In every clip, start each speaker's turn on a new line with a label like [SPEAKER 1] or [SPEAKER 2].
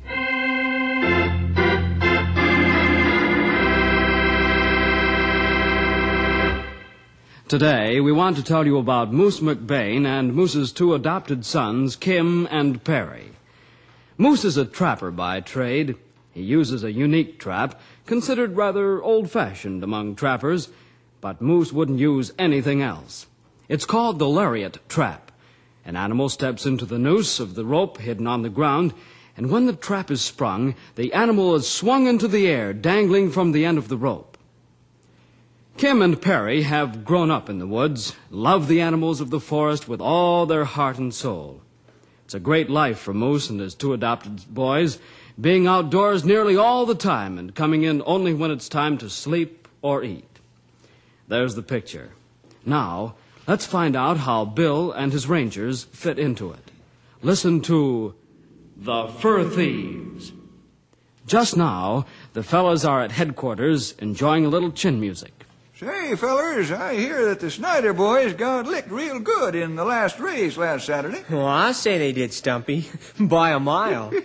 [SPEAKER 1] Today, we want to tell you about Moose McBain and Moose's two adopted sons, Kim and Perry. Moose is a trapper by trade. He uses a unique trap, considered rather old fashioned among trappers, but Moose wouldn't use anything else. It's called the lariat trap. An animal steps into the noose of the rope hidden on the ground, and when the trap is sprung, the animal is swung into the air, dangling from the end of the rope. Kim and Perry have grown up in the woods, love the animals of the forest with all their heart and soul. It's a great life for Moose and his two adopted boys, being outdoors nearly all the time and coming in only when it's time to sleep or eat. There's the picture. Now, let's find out how Bill and his rangers fit into it. Listen to The Fur Thieves. Just now, the fellas are at headquarters enjoying a little chin music.
[SPEAKER 2] Say, fellers, I hear that the Snyder boys got licked real good in the last race last Saturday.
[SPEAKER 3] Well, I say they did, Stumpy. By a mile.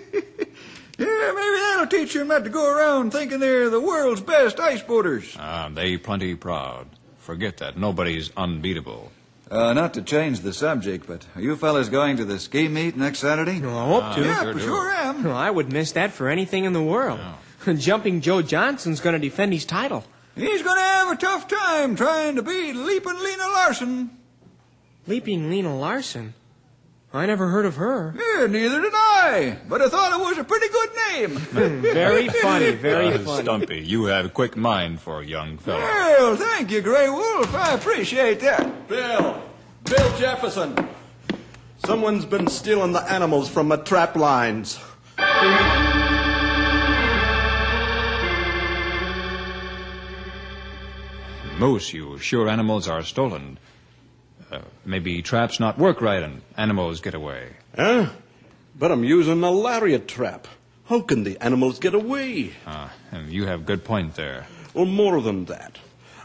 [SPEAKER 2] Yeah, maybe that'll teach them not to go around thinking they're the world's best ice boaters.
[SPEAKER 4] Ah, they plenty proud. Forget that. Nobody's unbeatable.
[SPEAKER 2] Uh, not to change the subject, but are you fellas going to the ski meet next Saturday?
[SPEAKER 3] Well, I hope to.
[SPEAKER 2] yeah,
[SPEAKER 4] Ah, sure
[SPEAKER 2] for
[SPEAKER 4] do.
[SPEAKER 2] sure am.
[SPEAKER 3] Well, I would miss that for anything in the world. Jumping Joe Johnson's going to defend his title.
[SPEAKER 2] He's gonna have a tough time trying to beat Leapin' Lena Larson.
[SPEAKER 3] Leaping Lena Larson. I never heard of her.
[SPEAKER 2] Yeah, neither did I, but I thought it was a pretty good name.
[SPEAKER 3] Hmm, Very funny, very
[SPEAKER 4] Ah,
[SPEAKER 3] funny.
[SPEAKER 4] Stumpy, you have a quick mind for a young fellow.
[SPEAKER 2] well, thank you, Grey Wolf. I appreciate that.
[SPEAKER 5] Bill! Bill Jefferson! Someone's been stealing the animals from my trap lines.
[SPEAKER 4] Moose, you sure animals are stolen. Uh, maybe traps not work right and animals get away.
[SPEAKER 5] Huh? But I'm using a lariat trap. How can the animals get away?
[SPEAKER 4] Ah, and you have good point there.
[SPEAKER 5] Well, more than that.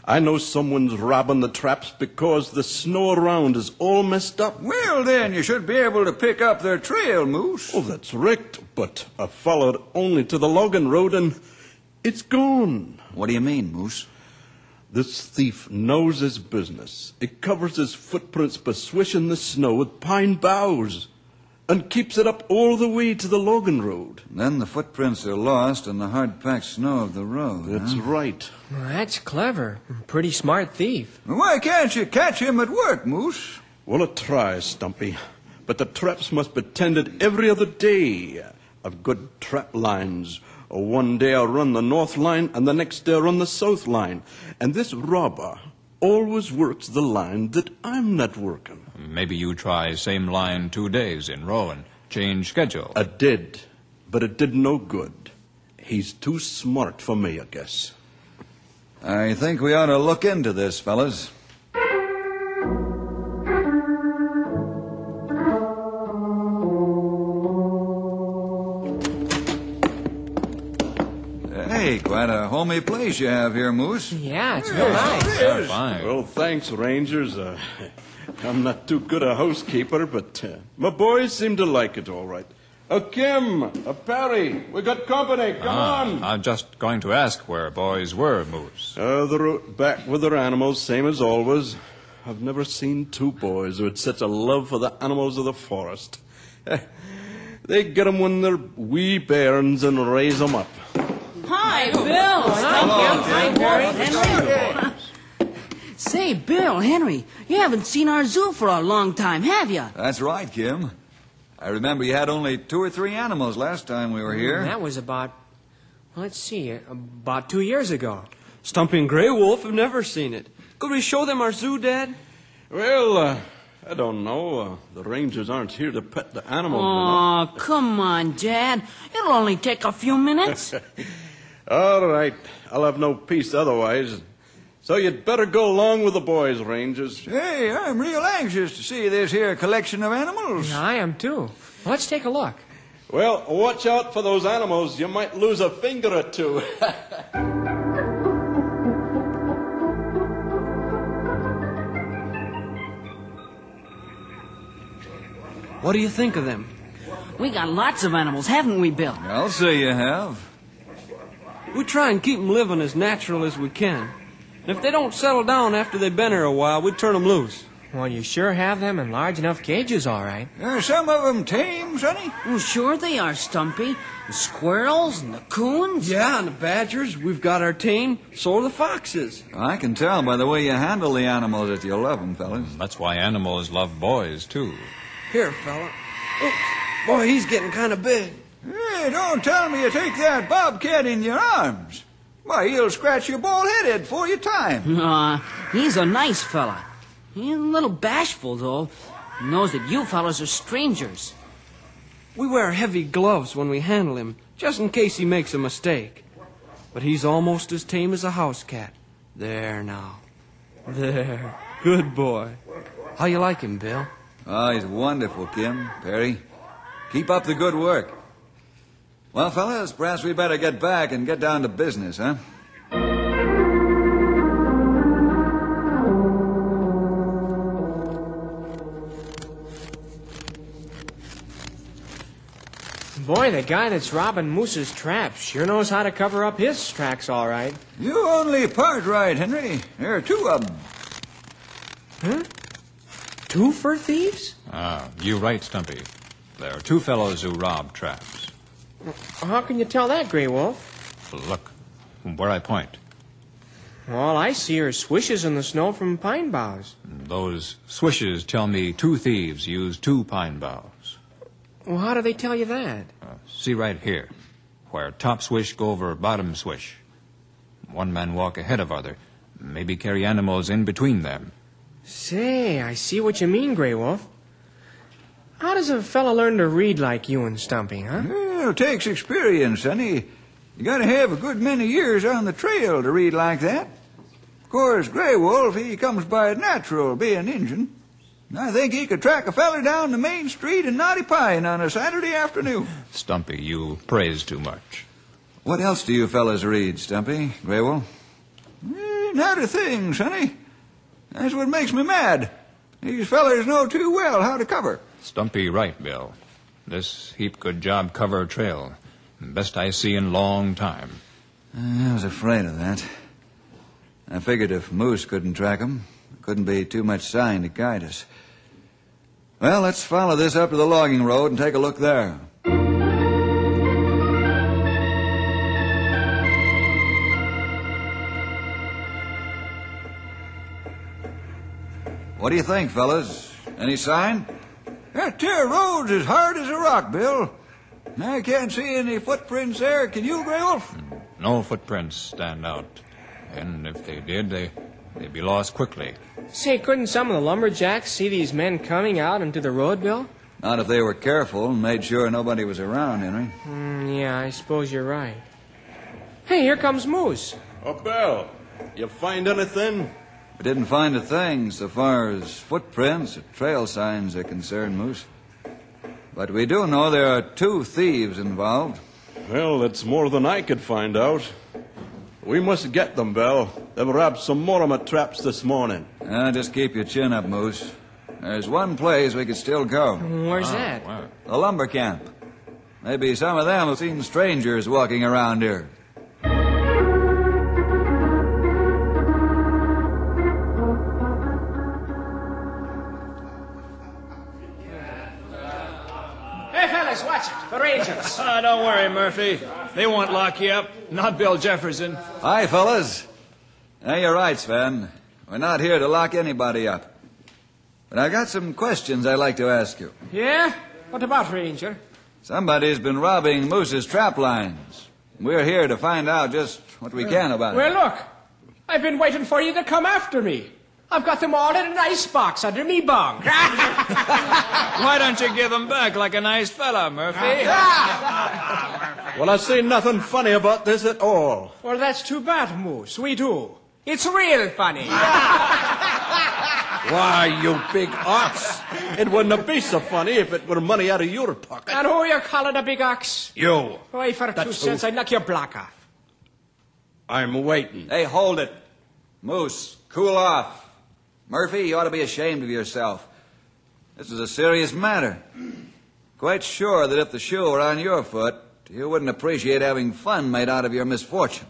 [SPEAKER 5] I know someone's robbing the traps because the snow around is all messed up.
[SPEAKER 2] Well, then, you should be able to pick up their trail, Moose.
[SPEAKER 5] Oh, that's wrecked, but I followed only to the Logan Road and it's gone.
[SPEAKER 2] What do you mean, Moose?
[SPEAKER 5] This thief knows his business. He covers his footprints by swishing the snow with pine boughs and keeps it up all the way to the Logan Road.
[SPEAKER 2] Then the footprints are lost in the hard-packed snow of the road.
[SPEAKER 5] That's right.
[SPEAKER 3] Well, that's clever. Pretty smart thief.
[SPEAKER 2] Why can't you catch him at work, Moose?
[SPEAKER 5] Well, it tries, Stumpy. But the traps must be tended every other day. I've good trap lines. One day I run the north line, and the next day I run the south line. And this robber always works the line that I'm not working.
[SPEAKER 4] Maybe you try same line two days in row and change schedule.
[SPEAKER 5] I did, but it did no good. He's too smart for me, I guess.
[SPEAKER 2] I think we ought to look into this, fellas. Uh, Hey, quite a homey place you have here, Moose.
[SPEAKER 3] Yeah, it's real nice.
[SPEAKER 4] Ah, fine.
[SPEAKER 5] Well, thanks, Rangers. Uh, I'm not too good a housekeeper, but uh, my boys seem to like it all right. A Kim, a Perry, we got company. Come on.
[SPEAKER 4] I'm just going to ask where boys Ah, were, Moose.
[SPEAKER 5] Uh, they're out back with their animals, same as always. I've never seen two boys who had such a love for the animals of the forest. they get 'em when they're wee bairns and raise 'em up.
[SPEAKER 6] Hi, Bill.
[SPEAKER 7] Say, Bill, Henry, you haven't seen our zoo for a long time, have you?
[SPEAKER 2] That's right, Kim. I remember you had only two or three animals last time we were here.
[SPEAKER 3] Mm, That was about, well, let's see, about two years ago.
[SPEAKER 8] Stumpy and Grey Wolf have never seen it. Could we show them our zoo, Dad?
[SPEAKER 5] Well, uh, I don't know. Uh, the rangers aren't here to pet the animals.
[SPEAKER 7] Oh, come on, Dad. It'll only take a few minutes.
[SPEAKER 5] you know. All right. I'll have no peace otherwise. So you'd better go along with the boys, Rangers.
[SPEAKER 2] Hey, I'm real anxious to see this here collection of animals.
[SPEAKER 3] Yeah, I am too. Let's take a look.
[SPEAKER 5] Well, watch out for those animals. You might lose a finger or two.
[SPEAKER 8] What do you think of them?
[SPEAKER 7] We got lots of animals, haven't we, Bill?
[SPEAKER 2] I'll say you have.
[SPEAKER 8] We try and keep 'em living as natural as we can. And if they don't settle down after they've been here a while, we turn 'em loose.
[SPEAKER 3] Well, you sure have them in large enough cages, all right.
[SPEAKER 2] Are some of 'em tame, Sonny?
[SPEAKER 7] Well, sure they are, Stumpy. The squirrels and the coons.
[SPEAKER 8] Yeah, and the badgers, we've got our team. So are the foxes.
[SPEAKER 2] I can tell by the way you handle the animals that you love 'em, fellas.
[SPEAKER 4] That's why animals love boys, too.
[SPEAKER 8] Here, fella. Oops. Boy, he's getting kind of big.
[SPEAKER 2] Hey, don't tell me you take that bobcat in your arms. Why, he'll scratch your bald head in for your time.
[SPEAKER 7] Aw, he's a nice fella. He's a little bashful, though. He knows that you fellas are strangers.
[SPEAKER 8] We wear heavy gloves when we handle him, just in case he makes a mistake. But he's almost as tame as a house cat. There now. There. Good boy. How you like him, Bill?
[SPEAKER 2] Oh, he's wonderful, Kim, Perry. Keep up the good work. Well, fellas, perhaps we better get back and get down to business, huh?
[SPEAKER 3] Boy, the guy that's robbing Moose's traps sure knows how to cover up his tracks, all right.
[SPEAKER 2] You only part right, Henry. There are two of 'em.
[SPEAKER 3] Two fur thieves?
[SPEAKER 4] Ah, you right, Stumpy. There are two fellows who rob traps.
[SPEAKER 3] How can you tell that, Grey Wolf?
[SPEAKER 4] Look, where I point.
[SPEAKER 3] All I see are swishes in the snow from pine boughs.
[SPEAKER 4] Those swishes tell me two thieves use two pine boughs.
[SPEAKER 3] Well, how do they tell you that?
[SPEAKER 4] Uh, see right here, where top swish go over bottom swish. One man walk ahead of other, maybe carry animals in between them.
[SPEAKER 3] Say, I see what you mean, Grey Wolf. How does a fella learn to read like you and Stumpy, huh?
[SPEAKER 2] Well, it takes experience, sonny. You gotta have a good many years on the trail to read like that. Of course, Grey Wolf, he comes by it natural, being Injun. And I think he could track a feller down the main street in Knotty Pine on a Saturday afternoon.
[SPEAKER 4] Stumpy, you praise too much.
[SPEAKER 2] What else do you fellas read, Stumpy, Grey Wolf? Eh, Not a thing, sonny. That's what makes me mad. These fellers know too well how to cover.
[SPEAKER 4] Stumpy right, Bill. This heap good job cover trail. Best I see in long time.
[SPEAKER 2] I was afraid of that. I figured if Moose couldn't track 'em, there couldn't be too much sign to guide us. Well, let's follow this up to the logging road and take a look there. What do you think, fellas? Any sign? That there road's as hard as a rock, Bill. I can't see any footprints there. Can you, Grey Wolf?
[SPEAKER 4] No footprints stand out, and if they did, they, they'd be lost quickly.
[SPEAKER 3] Say, couldn't some of the lumberjacks see these men coming out into the road, Bill?
[SPEAKER 2] Not if they were careful and made sure nobody was around, Henry.
[SPEAKER 3] Mm, yeah, I suppose you're right. Hey, here comes Moose.
[SPEAKER 5] oh, Bill, you find anything?
[SPEAKER 2] We didn't find a thing so far as footprints or trail signs are concerned, Moose. But we do know there are two thieves involved.
[SPEAKER 5] Well, that's more than I could find out. We must get them, Bill. They've robbed some more of my traps this morning.
[SPEAKER 2] Ah, just keep your chin up, Moose. There's one place we could still go
[SPEAKER 3] Where's that?
[SPEAKER 4] Wow.
[SPEAKER 2] the lumber camp. Maybe some of them have seen strangers walking around here.
[SPEAKER 3] Hey, fellas, watch it. The Rangers.
[SPEAKER 9] Ah, don't worry, Murphy. They won't lock you up. Not Bill Jefferson.
[SPEAKER 2] Hi, fellas. Now, you're right, Sven. We're not here to lock anybody up. But I got some questions I'd like to ask you.
[SPEAKER 3] yeah? What about Ranger?
[SPEAKER 2] Somebody's been robbing Moose's trap lines. We're here to find out just what we can about it.
[SPEAKER 3] Well, look. I've been waiting for you to come after me.
[SPEAKER 10] I've got them all in an icebox under me bunk.
[SPEAKER 9] Why don't you give them back like a nice fella, Murphy?
[SPEAKER 5] Well, I see nothing funny about this at all.
[SPEAKER 10] well, that's too bad, Moose. We do. It's real funny.
[SPEAKER 2] Ah.
[SPEAKER 5] Why, you big ox! It wouldn't be so funny if it were money out of your pocket.
[SPEAKER 10] and who you calling a big ox?
[SPEAKER 5] You!
[SPEAKER 10] Why, for two
[SPEAKER 5] That's who-
[SPEAKER 10] cents, I knock your block off.
[SPEAKER 5] I'm waiting.
[SPEAKER 2] Hey, hold it. Moose, cool off. Murphy, you ought to be ashamed of yourself. This is a serious matter. Quite sure that if the shoe were on your foot, you wouldn't appreciate having fun made out of your misfortune.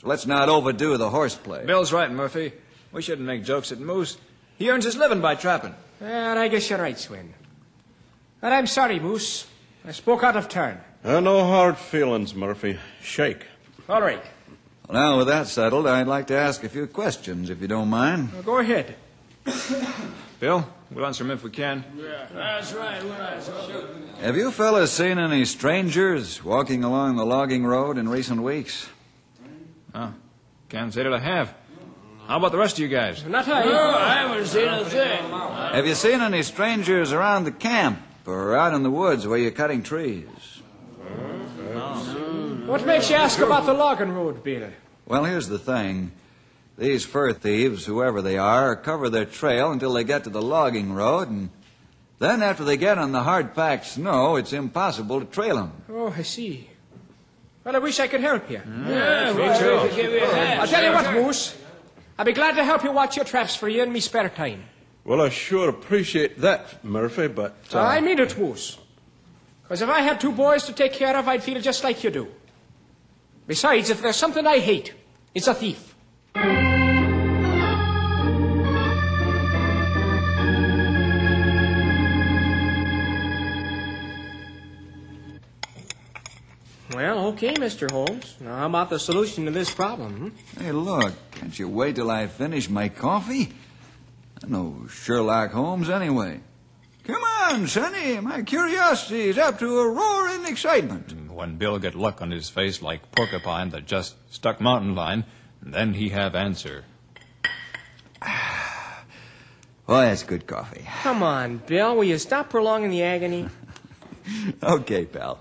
[SPEAKER 2] So let's not overdo the horseplay.
[SPEAKER 9] Bill's right, Murphy. We shouldn't make jokes at Moose. He earns his living by trapping.
[SPEAKER 10] Well, Eh, I guess you're right, Swin. And I'm sorry, Moose. I spoke out of turn.
[SPEAKER 5] Uh, no hard feelings, Murphy. Shake.
[SPEAKER 10] All right,
[SPEAKER 2] Well, now, with that settled, I'd like to ask a few questions, if you don't mind.
[SPEAKER 10] now go ahead.
[SPEAKER 9] Bill, we'll answer him if we can.
[SPEAKER 10] That's right, that's right.
[SPEAKER 2] Have you fellas seen any strangers walking along the logging road in recent weeks?
[SPEAKER 9] Can't say that I have. How about the rest of you guys?
[SPEAKER 10] Not I.
[SPEAKER 11] No, I haven't seen a thing.
[SPEAKER 2] Have you seen any strangers around the camp or out in the woods where you're cutting trees?
[SPEAKER 10] What makes you ask about the logging road, Bill?
[SPEAKER 2] Well, here's the thing. These fur thieves, whoever they are, cover their trail until they get to the logging road, and then after they get on the hard packed snow, it's impossible to trail them.
[SPEAKER 10] Oh, I see. Well, I wish I could help you.
[SPEAKER 11] Yeah, me well, too. we could give you a hand.
[SPEAKER 10] I'll tell you what,
[SPEAKER 11] Sure.
[SPEAKER 10] Moose. I'll be glad to help you watch your traps for you in me spare time.
[SPEAKER 5] Well, I sure appreciate that, Murphy, but. uh,
[SPEAKER 10] I mean it, Moose. Because if I had two boys to take care of, I'd feel just like you do. Besides, if there's something I hate, it's a thief.
[SPEAKER 3] Well, okay, Mr. Holmes. Now, how about the solution to this problem? Hmm?
[SPEAKER 2] Hey, look, can't you wait till I finish my coffee? I'm no Sherlock Holmes, anyway. Come on, Sonny. My curiosity is up to a roaring excitement.
[SPEAKER 4] When Bill get luck on his face like porcupine that just stuck mountain line, then he have answer.
[SPEAKER 2] Well, that's good coffee.
[SPEAKER 3] Come on, Bill. Will you stop prolonging the agony?
[SPEAKER 2] Okay, pal.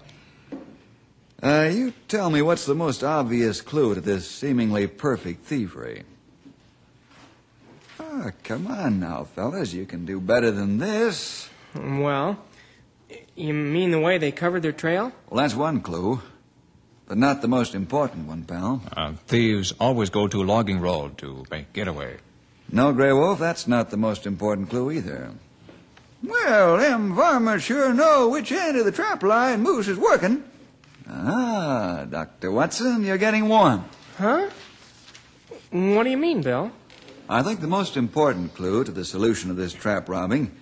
[SPEAKER 2] Uh, you tell me what's the most obvious clue to this seemingly perfect thievery? Ah, come on now, fellas. You can do better than this.
[SPEAKER 3] Well, you mean the way they covered their trail?
[SPEAKER 2] Well, that's one clue, but not the most important one, pal.
[SPEAKER 4] Uh, thieves always go to logging road to make getaway.
[SPEAKER 2] No, Grey Wolf, that's not the most important clue either. Well, them varmints sure know which end of the trap line Moose is working. Ah, Dr. Watson, you're getting warm.
[SPEAKER 3] Huh? What do you mean, Bill?
[SPEAKER 2] I think the most important clue to the solution of this trap robbing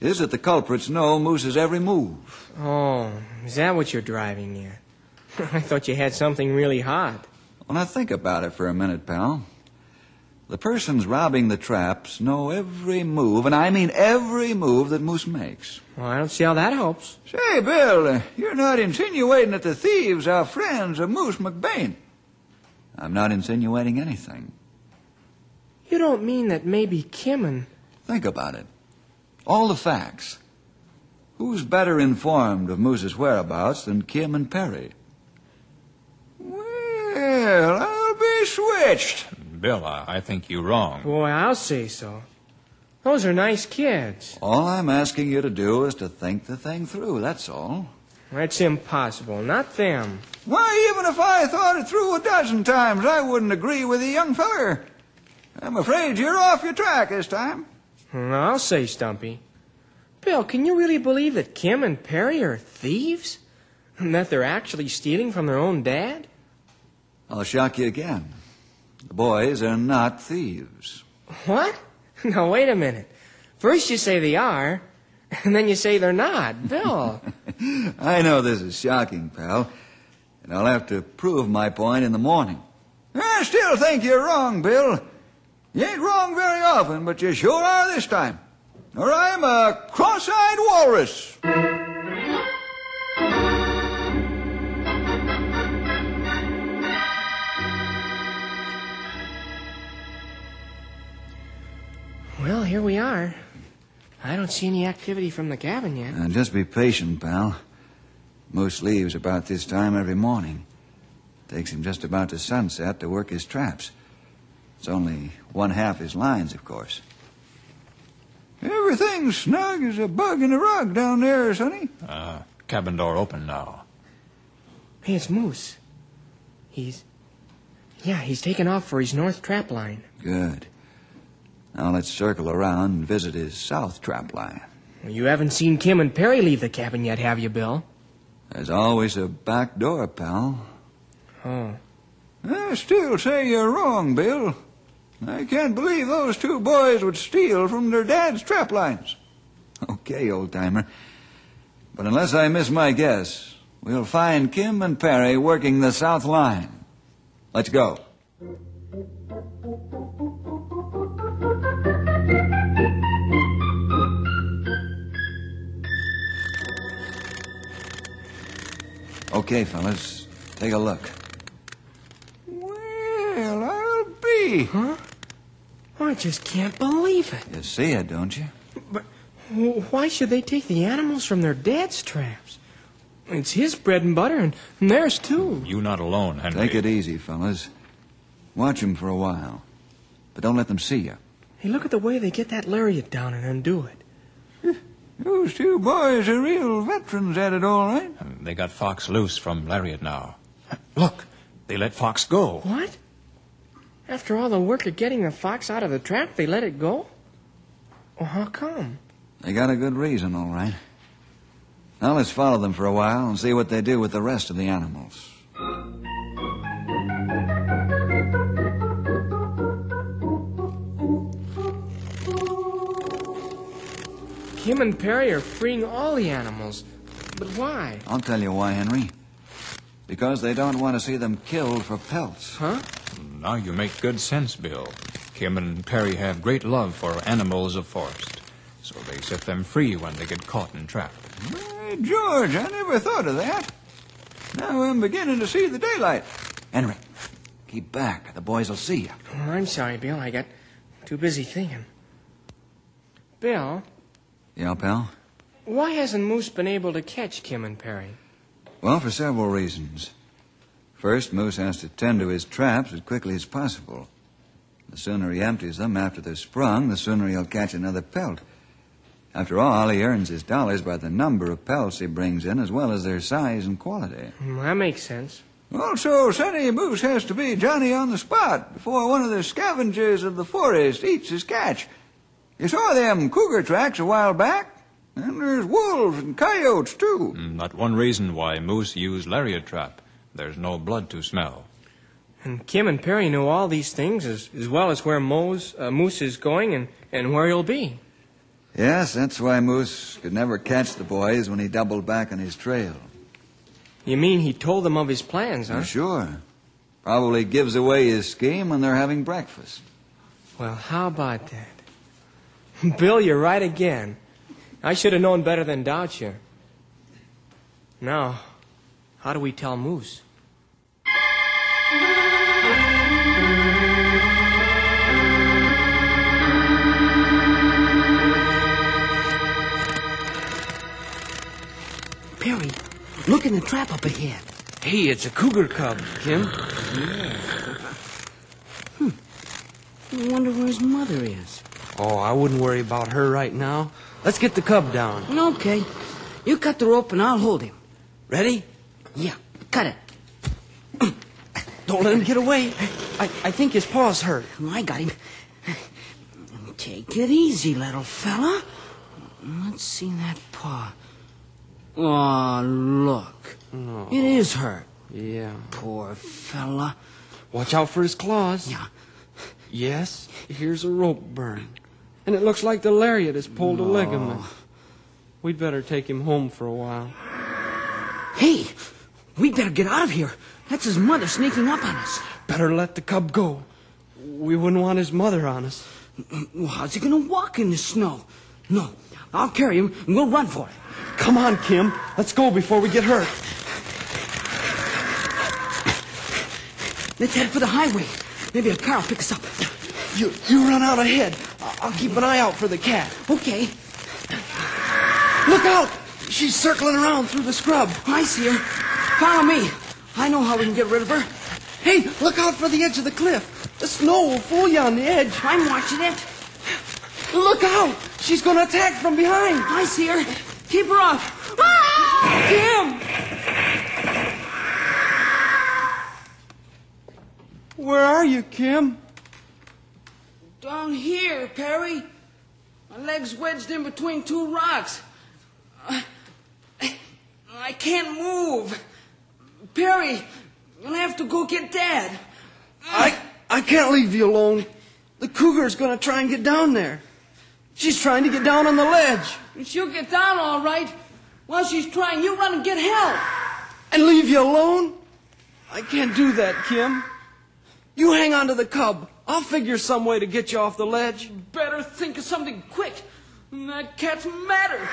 [SPEAKER 2] is that the culprits know Moose's every move.
[SPEAKER 3] Oh, is that what you're driving at? I thought you had something really hot.
[SPEAKER 2] Well, now think about it for a minute, pal. The persons robbing the traps know every move, and I mean every move that Moose makes.
[SPEAKER 3] Well, I don't see how that helps.
[SPEAKER 2] Say, Bill, uh, you're not insinuating that the thieves are friends of Moose McBain. I'm not insinuating anything.
[SPEAKER 3] You don't mean that maybe Kim and.
[SPEAKER 2] Think about it. All the facts. Who's better informed of Moose's whereabouts than Kim and Perry? Well, I'll be switched.
[SPEAKER 4] Bill, I, I think you wrong.
[SPEAKER 3] Boy, I'll say so. Those are nice kids.
[SPEAKER 2] All I'm asking you to do is to think the thing through, that's all.
[SPEAKER 3] That's impossible. Not them.
[SPEAKER 2] Why, even if I thought it through a dozen times, I wouldn't agree with the young feller. I'm afraid you're off your track this time.
[SPEAKER 3] Hmm, I'll say, Stumpy. Bill, can you really believe that Kim and Perry are thieves? And that they're actually stealing from their own dad?
[SPEAKER 2] I'll shock you again. The boys are not thieves.
[SPEAKER 3] What? Now, wait a minute. First you say they are, and then you say they're not. Bill.
[SPEAKER 2] I know this is shocking, pal, and I'll have to prove my point in the morning. I still think you're wrong, Bill. You ain't wrong very often, but you sure are this time. Or I'm a cross-eyed walrus.
[SPEAKER 3] here we are. I don't see any activity from the cabin yet.
[SPEAKER 2] Now, just be patient, pal. Moose leaves about this time every morning. Takes him just about to sunset to work his traps. It's only one half his lines, of course. Everything's snug as a bug in a rug down there, sonny.
[SPEAKER 4] Uh, cabin door open now.
[SPEAKER 3] Hey, it's Moose. He's. Yeah, he's taken off for his north trap line.
[SPEAKER 2] Good. Now let's circle around and visit his south trap line.
[SPEAKER 3] Well, you haven't seen Kim and Perry leave the cabin yet, have you, Bill?
[SPEAKER 2] There's always a back door, pal.
[SPEAKER 3] Oh.
[SPEAKER 2] I Ah, still say you're wrong, Bill. I can't believe those two boys would steal from their dad's trap lines. Okay, old timer. But unless I miss my guess, we'll find Kim and Perry working the south line. Let's go. Okay, fellas, take a look. Well, I'll be.
[SPEAKER 3] Huh? I just can't believe it.
[SPEAKER 2] You see it, don't you?
[SPEAKER 3] Wh- Why should they take the animals from their dad's traps? It's his bread and butter, and, and theirs too.
[SPEAKER 4] You not alone, Henry.
[SPEAKER 2] Take it easy, fellas. Watch 'em for a while, but don't let them see you.
[SPEAKER 3] Hey, look at the way they get that lariat down and undo it.
[SPEAKER 2] Those two boys are real veterans at it, all right.
[SPEAKER 4] They got Fox loose from Lariat now. Look, they let Fox go.
[SPEAKER 3] What? After all the work of getting the fox out of the trap, they let it go? Well, how come?
[SPEAKER 2] They got a good reason, all right. Now let's follow them for a while and see what they do with the rest of the animals.
[SPEAKER 3] Kim and Perry are freeing all the animals. But why?
[SPEAKER 2] I'll tell you why, Henry. Because they don't want to see them killed for pelts.
[SPEAKER 3] Huh?
[SPEAKER 4] Now you make good sense, Bill. Kim and Perry have great love for animals of forest, so they set them free when they get caught and trapped.
[SPEAKER 2] Hey, uh, George, I never thought of that. Now I'm beginning to see the daylight. Henry, keep back. or The boys will see you.
[SPEAKER 3] Well, Oh, I'm sorry, Bill. I got too busy thinking. Bill,
[SPEAKER 2] Yeah, pal?
[SPEAKER 3] why hasn't Moose been able to catch Kim and Perry?
[SPEAKER 2] Well, for several reasons. First, Moose has to tend to his traps as quickly as possible. The sooner he empties them after they're sprung, the sooner he'll catch another pelt. After all, he earns his dollars by the number of pelts he brings in as well as their size and quality.
[SPEAKER 3] Hmm, That makes sense.
[SPEAKER 2] Also, Sonny Moose has to be Johnny on the spot before one of the scavengers of the forest eats his catch. You saw them cougar tracks a while back, and there's wolves and coyotes, too.
[SPEAKER 4] Not one reason why moose use lariat trap. There's no blood to smell.
[SPEAKER 3] And Kim and Perry know all these things as, as well as where Moe's, uh, Moose is going and, and where he'll be.
[SPEAKER 2] Yes, that's why Moose could never catch the boys when he doubled back on his trail.
[SPEAKER 3] You mean he told them of his plans, huh?
[SPEAKER 2] Sure. Probably gives away his scheme when they're having breakfast.
[SPEAKER 3] Well, how about that? Bill, you're right again. I should have known better than doubt you. Now, how do we tell Moose?
[SPEAKER 7] Perry, look in the trap up ahead.
[SPEAKER 8] Hey, it's a cougar cub, Kim.
[SPEAKER 7] I wonder where his mother is.
[SPEAKER 8] Oh, I wouldn't worry about her right now. Let's get the cub down.
[SPEAKER 7] Okay. You cut the rope and I'll hold him.
[SPEAKER 8] Ready?
[SPEAKER 7] Yeah, cut it.
[SPEAKER 8] Don't let him get away. I, I think his paw's hurt.
[SPEAKER 7] Oh, I got him. Take it easy, little fella. Let's see that paw. Oh, look. It is hurt.
[SPEAKER 8] Yeah.
[SPEAKER 7] Poor fella.
[SPEAKER 8] Watch out for his claws.
[SPEAKER 7] Yeah.
[SPEAKER 8] Yes, here's a rope burn. And it looks like the lariat has pulled a ligament. We'd better take him home for a while.
[SPEAKER 7] Hey, we better get out of here. That's his mother sneaking up on us.
[SPEAKER 8] Better let the cub go. We wouldn't want his mother on us.
[SPEAKER 7] Well, how's he gonna walk in the snow? No, I'll carry him and we'll run for it.
[SPEAKER 8] Come on, Kim. Let's go before we get hurt.
[SPEAKER 7] Let's head for the highway. Maybe a car will pick us up.
[SPEAKER 8] You you run out ahead.
[SPEAKER 12] I- I'll keep an eye out for the cat.
[SPEAKER 7] Okay.
[SPEAKER 12] Look out! She's circling around through the scrub.
[SPEAKER 7] I see her. Follow me. I know how we can get rid of her.
[SPEAKER 12] Hey, look out for the edge of the cliff. The snow will fool you on the edge.
[SPEAKER 7] I'm watching it.
[SPEAKER 12] Look out! She's gonna attack from behind.
[SPEAKER 7] I see her. Keep her off. Ah! Kim!
[SPEAKER 12] Where are you, Kim?
[SPEAKER 7] Down here, Perry. My leg's wedged in between two rocks. I- I can't move. Perry, you'll have to go get Dad.
[SPEAKER 12] I I can't leave you alone. The cougar's gonna try and get down there. She's trying to get down on the ledge
[SPEAKER 7] She'll get down all right. While she's trying, you run and get help.
[SPEAKER 12] and leave you alone. I can't do that, Kim. You hang on to the cub. I'll figure some way to get you off the ledge.
[SPEAKER 7] Better think of something quick. That cat's madder.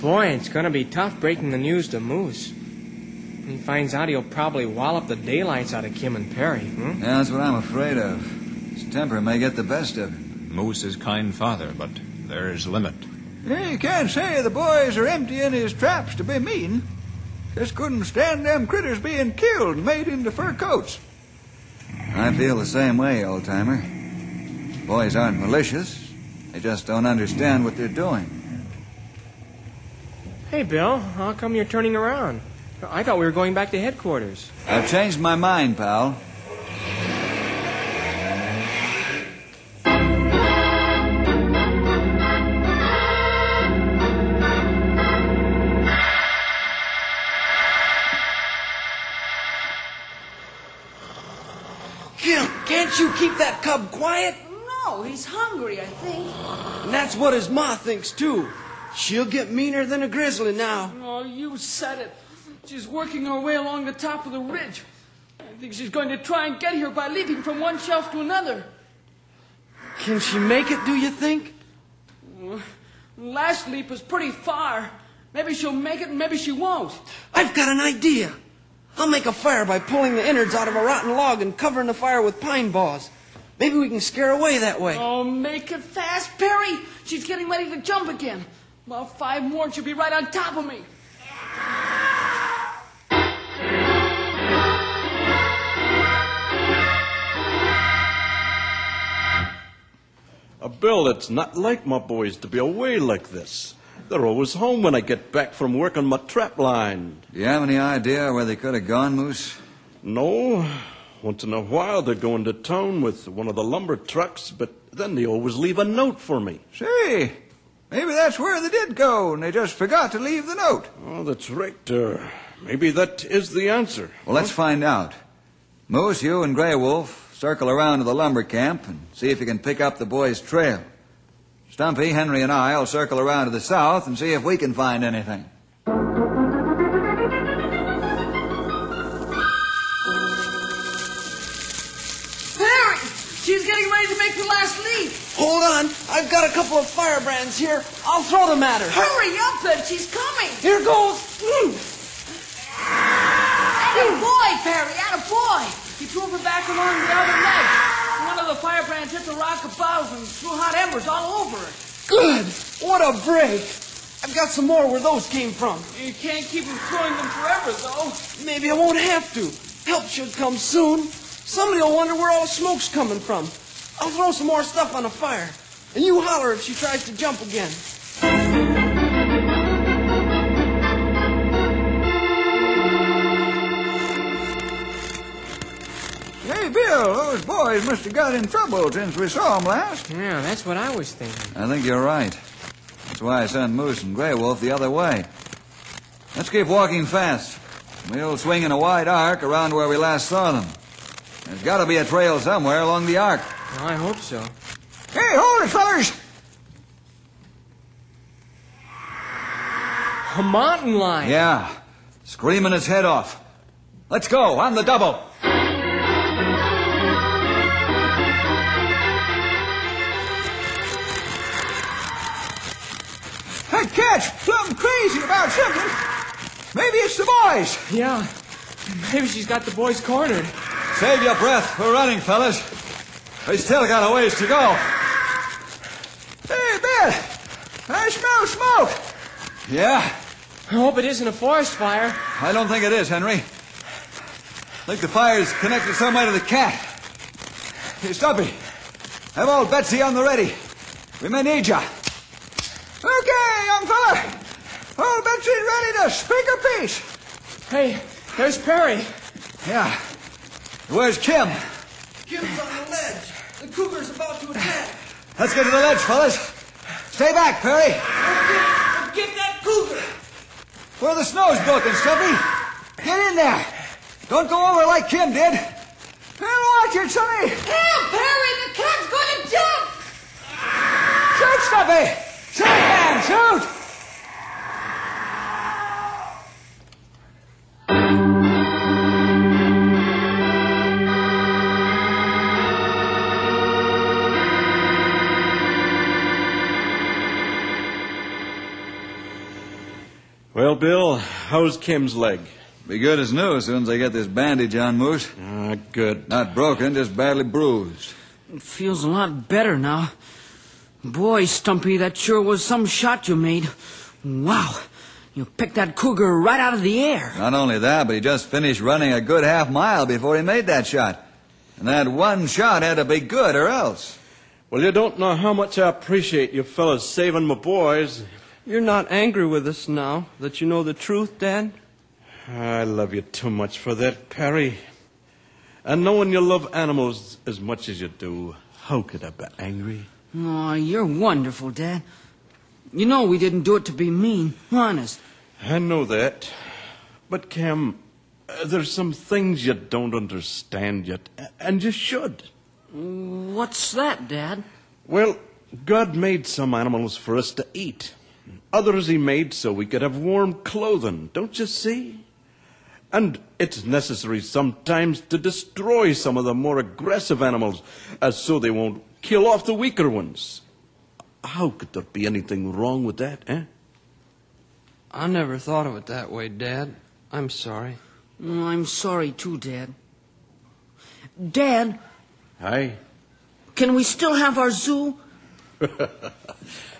[SPEAKER 3] Boy, it's gonna be tough breaking the news to Moose. When he finds out, he'll probably wallop the daylights out of Kim and Perry. Hmm?
[SPEAKER 2] Yeah, that's what I'm afraid of. His temper may get the best of him.
[SPEAKER 4] Moose is kind father, but there is limit.
[SPEAKER 2] Yeah, you can't say the boys are emptying his traps to be mean. Just couldn't stand them critters being killed and made into fur coats. I feel the same way, old timer. Boys aren't malicious. They just don't understand what they're doing.
[SPEAKER 3] Hey, Bill, how come you're turning around? I thought we were going back to headquarters.
[SPEAKER 2] I've changed my mind, pal.
[SPEAKER 12] Kim, can't you keep that cub quiet?
[SPEAKER 7] No, he's hungry, I think.
[SPEAKER 12] And that's what his ma thinks, too. She'll get meaner than a grizzly now.
[SPEAKER 11] Oh, you said it. She's working her way along the top of the ridge. I think she's going to try and get here by leaping from one shelf to another.
[SPEAKER 12] Can she make it, do you think?
[SPEAKER 11] Last leap is pretty far. Maybe she'll make it, and maybe she won't.
[SPEAKER 12] I've got an idea. I'll make a fire by pulling the innards out of a rotten log and covering the fire with pine boughs. Maybe we can scare away that way.
[SPEAKER 11] Oh, make it fast, Perry. She's getting ready to jump again. About five more, and she'll be right on top of me.
[SPEAKER 5] Uh, Bill, it's not like my boys to be away like this. They're always home when I get back from work on my trap line.
[SPEAKER 2] Do you have any idea where they could have gone, Moose?
[SPEAKER 5] No. Once in a while, they're going to town with one of the lumber trucks, but then they always leave a note for me.
[SPEAKER 2] Say, maybe that's where they did go, and they just forgot to leave the note.
[SPEAKER 5] Oh, that's Richter. Maybe that is the answer.
[SPEAKER 2] Well, let's find out. Moose, you and Grey Wolf circle around to the lumber camp and see if you can pick up the boys' trail. Stumpy, Henry, and I'll circle around to the south and see if we can find anything.
[SPEAKER 7] Perry! She's getting ready to make the last leap.
[SPEAKER 12] Hold on. I've got a couple of firebrands here. I'll throw them at her.
[SPEAKER 7] Hurry up, then. She's coming.
[SPEAKER 12] Here goes. Mm.
[SPEAKER 7] Atta boy, Perry. Atta boy. He threw her back along the other leg. One of the firebrands hit the rock above and threw hot embers all over her.
[SPEAKER 12] Good. What a break. I've got some more where those came from.
[SPEAKER 11] You can't keep him throwing them forever, though.
[SPEAKER 12] Maybe I won't have to. Help should come soon. Somebody will wonder where all the smoke's coming from. I'll throw some more stuff on the fire. And you holler if she tries to jump again.
[SPEAKER 2] Hey, Bill, those boys must have got in trouble since we saw them last.
[SPEAKER 3] Yeah, that's what I was thinking.
[SPEAKER 2] I think you're right. That's why I sent Moose and Grey Wolf the other way. Let's keep walking fast. We'll swing in a wide arc around where we last saw them. There's got to be a trail somewhere along the arc.
[SPEAKER 3] Well, I hope so.
[SPEAKER 2] Hey, hold it, fellers!
[SPEAKER 3] A mountain lion.
[SPEAKER 2] Yeah, screaming his head off. Let's go on the double. That's plumb crazy about something. Maybe it's the boys.
[SPEAKER 3] Yeah. Maybe she's got the boys cornered.
[SPEAKER 13] Save your breath. We're running, fellas. We still got a ways to go.
[SPEAKER 2] Hey, Bill! I smell smoke!
[SPEAKER 13] Yeah?
[SPEAKER 3] I hope it isn't a forest fire.
[SPEAKER 13] I don't think it is, Henry. I think the fire's connected some way to the cat. Hey, Stumpy, have old Betsy on the ready. We may need ya.
[SPEAKER 2] Okay, young fella. Old Betsy ready to speak a piece.
[SPEAKER 3] Hey, there's Perry.
[SPEAKER 13] Yeah. Where's Kim?
[SPEAKER 12] Kim's on the ledge. The cougar's about to attack.
[SPEAKER 13] Let's get to the ledge, fellas. Stay back, Perry.
[SPEAKER 12] Get, get that cougar.
[SPEAKER 13] Where the snow's broken, Stumpy. Get in there. Don't go over like Kim did.
[SPEAKER 2] Hey, watch it, Sonny.
[SPEAKER 6] Help, Perry. The cat's going to jump.
[SPEAKER 2] Shoot, Stumpy. Shoot, man, shoot.
[SPEAKER 5] Well, Bill, how's Kim's leg?
[SPEAKER 2] Be good as new as soon as I get this bandage on, Moose.
[SPEAKER 5] Ah, good.
[SPEAKER 2] Not broken, just badly bruised.
[SPEAKER 7] It feels a lot better now. Boy, Stumpy, that sure was some shot you made. Wow. You picked that cougar right out of the air.
[SPEAKER 2] Not only that, but he just finished running a good half mile before he made that shot. And that one shot had to be good or else.
[SPEAKER 5] Well, you don't know how much I appreciate you fellas saving my boys.
[SPEAKER 8] You're not angry with us now that you know the truth, Dad?
[SPEAKER 5] I love you too much for that, Perry. And knowing you love animals as much as you do, how could I be angry?
[SPEAKER 7] Oh, you're wonderful, Dad. You know we didn't do it to be mean, honest.
[SPEAKER 5] I know that. But, Cam, uh, there's some things you don't understand yet, a- and you should.
[SPEAKER 7] What's that, Dad?
[SPEAKER 5] Well, God made some animals for us to eat. Others he made so we could have warm clothing, don't you see? And it's necessary sometimes to destroy some of the more aggressive animals uh, so they won't kill off the weaker ones. How could there be anything wrong with that, eh?
[SPEAKER 8] I never thought of it that way, Dad. I'm sorry.
[SPEAKER 7] Oh, I'm sorry too, Dad. Dad,
[SPEAKER 5] Aye.
[SPEAKER 7] can we still have our zoo?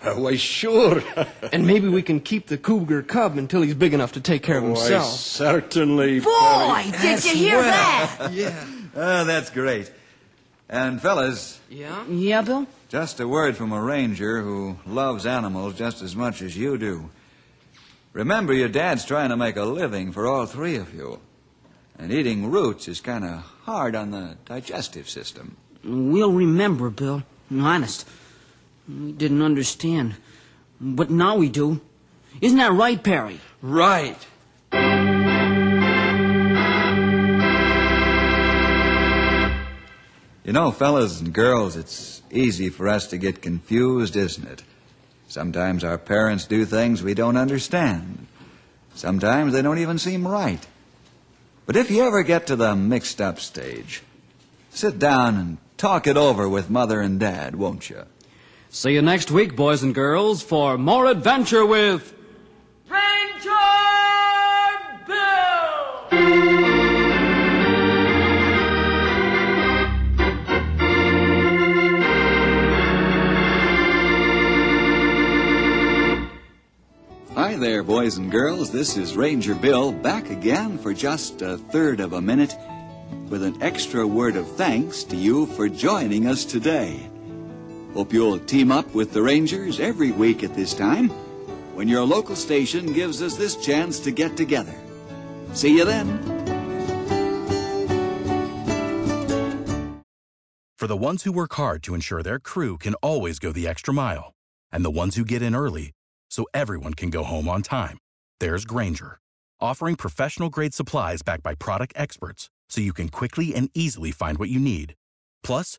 [SPEAKER 5] Why, sure.
[SPEAKER 8] and maybe we can keep the cougar cub until he's big enough to take care of
[SPEAKER 5] Why,
[SPEAKER 8] himself.
[SPEAKER 5] certainly.
[SPEAKER 6] Boy,
[SPEAKER 5] Barry.
[SPEAKER 6] did you hear that?
[SPEAKER 8] yeah.
[SPEAKER 2] Oh, that's great. And, fellas,
[SPEAKER 8] Yeah?
[SPEAKER 7] Yeah, Bill?
[SPEAKER 2] Just a word from a ranger who loves animals just as much as you do. Remember, your dad's trying to make a living for all three of you. And eating roots is kind of hard on the digestive system.
[SPEAKER 7] We'll remember, Bill. Honest. We didn't understand. But now we do. Isn't that right, Perry?
[SPEAKER 8] Right.
[SPEAKER 2] You know, fellas and girls, it's easy for us to get confused, isn't it? Sometimes our parents do things we don't understand. Sometimes they don't even seem right. But if you ever get to the mixed up stage, sit down and talk it over with mother and dad, won't you?
[SPEAKER 1] See you next week, boys and girls, for more adventure with.
[SPEAKER 11] Ranger Bill!
[SPEAKER 2] Hi there, boys and girls. This is Ranger Bill back again for just a third of a minute with an extra word of thanks to you for joining us today. Hope you'll team up with the Rangers every week at this time when your local station gives us this chance to get together. See you then.
[SPEAKER 14] For the ones who work hard to ensure their crew can always go the extra mile, and the ones who get in early so everyone can go home on time, there's Granger, offering professional grade supplies backed by product experts so you can quickly and easily find what you need. Plus,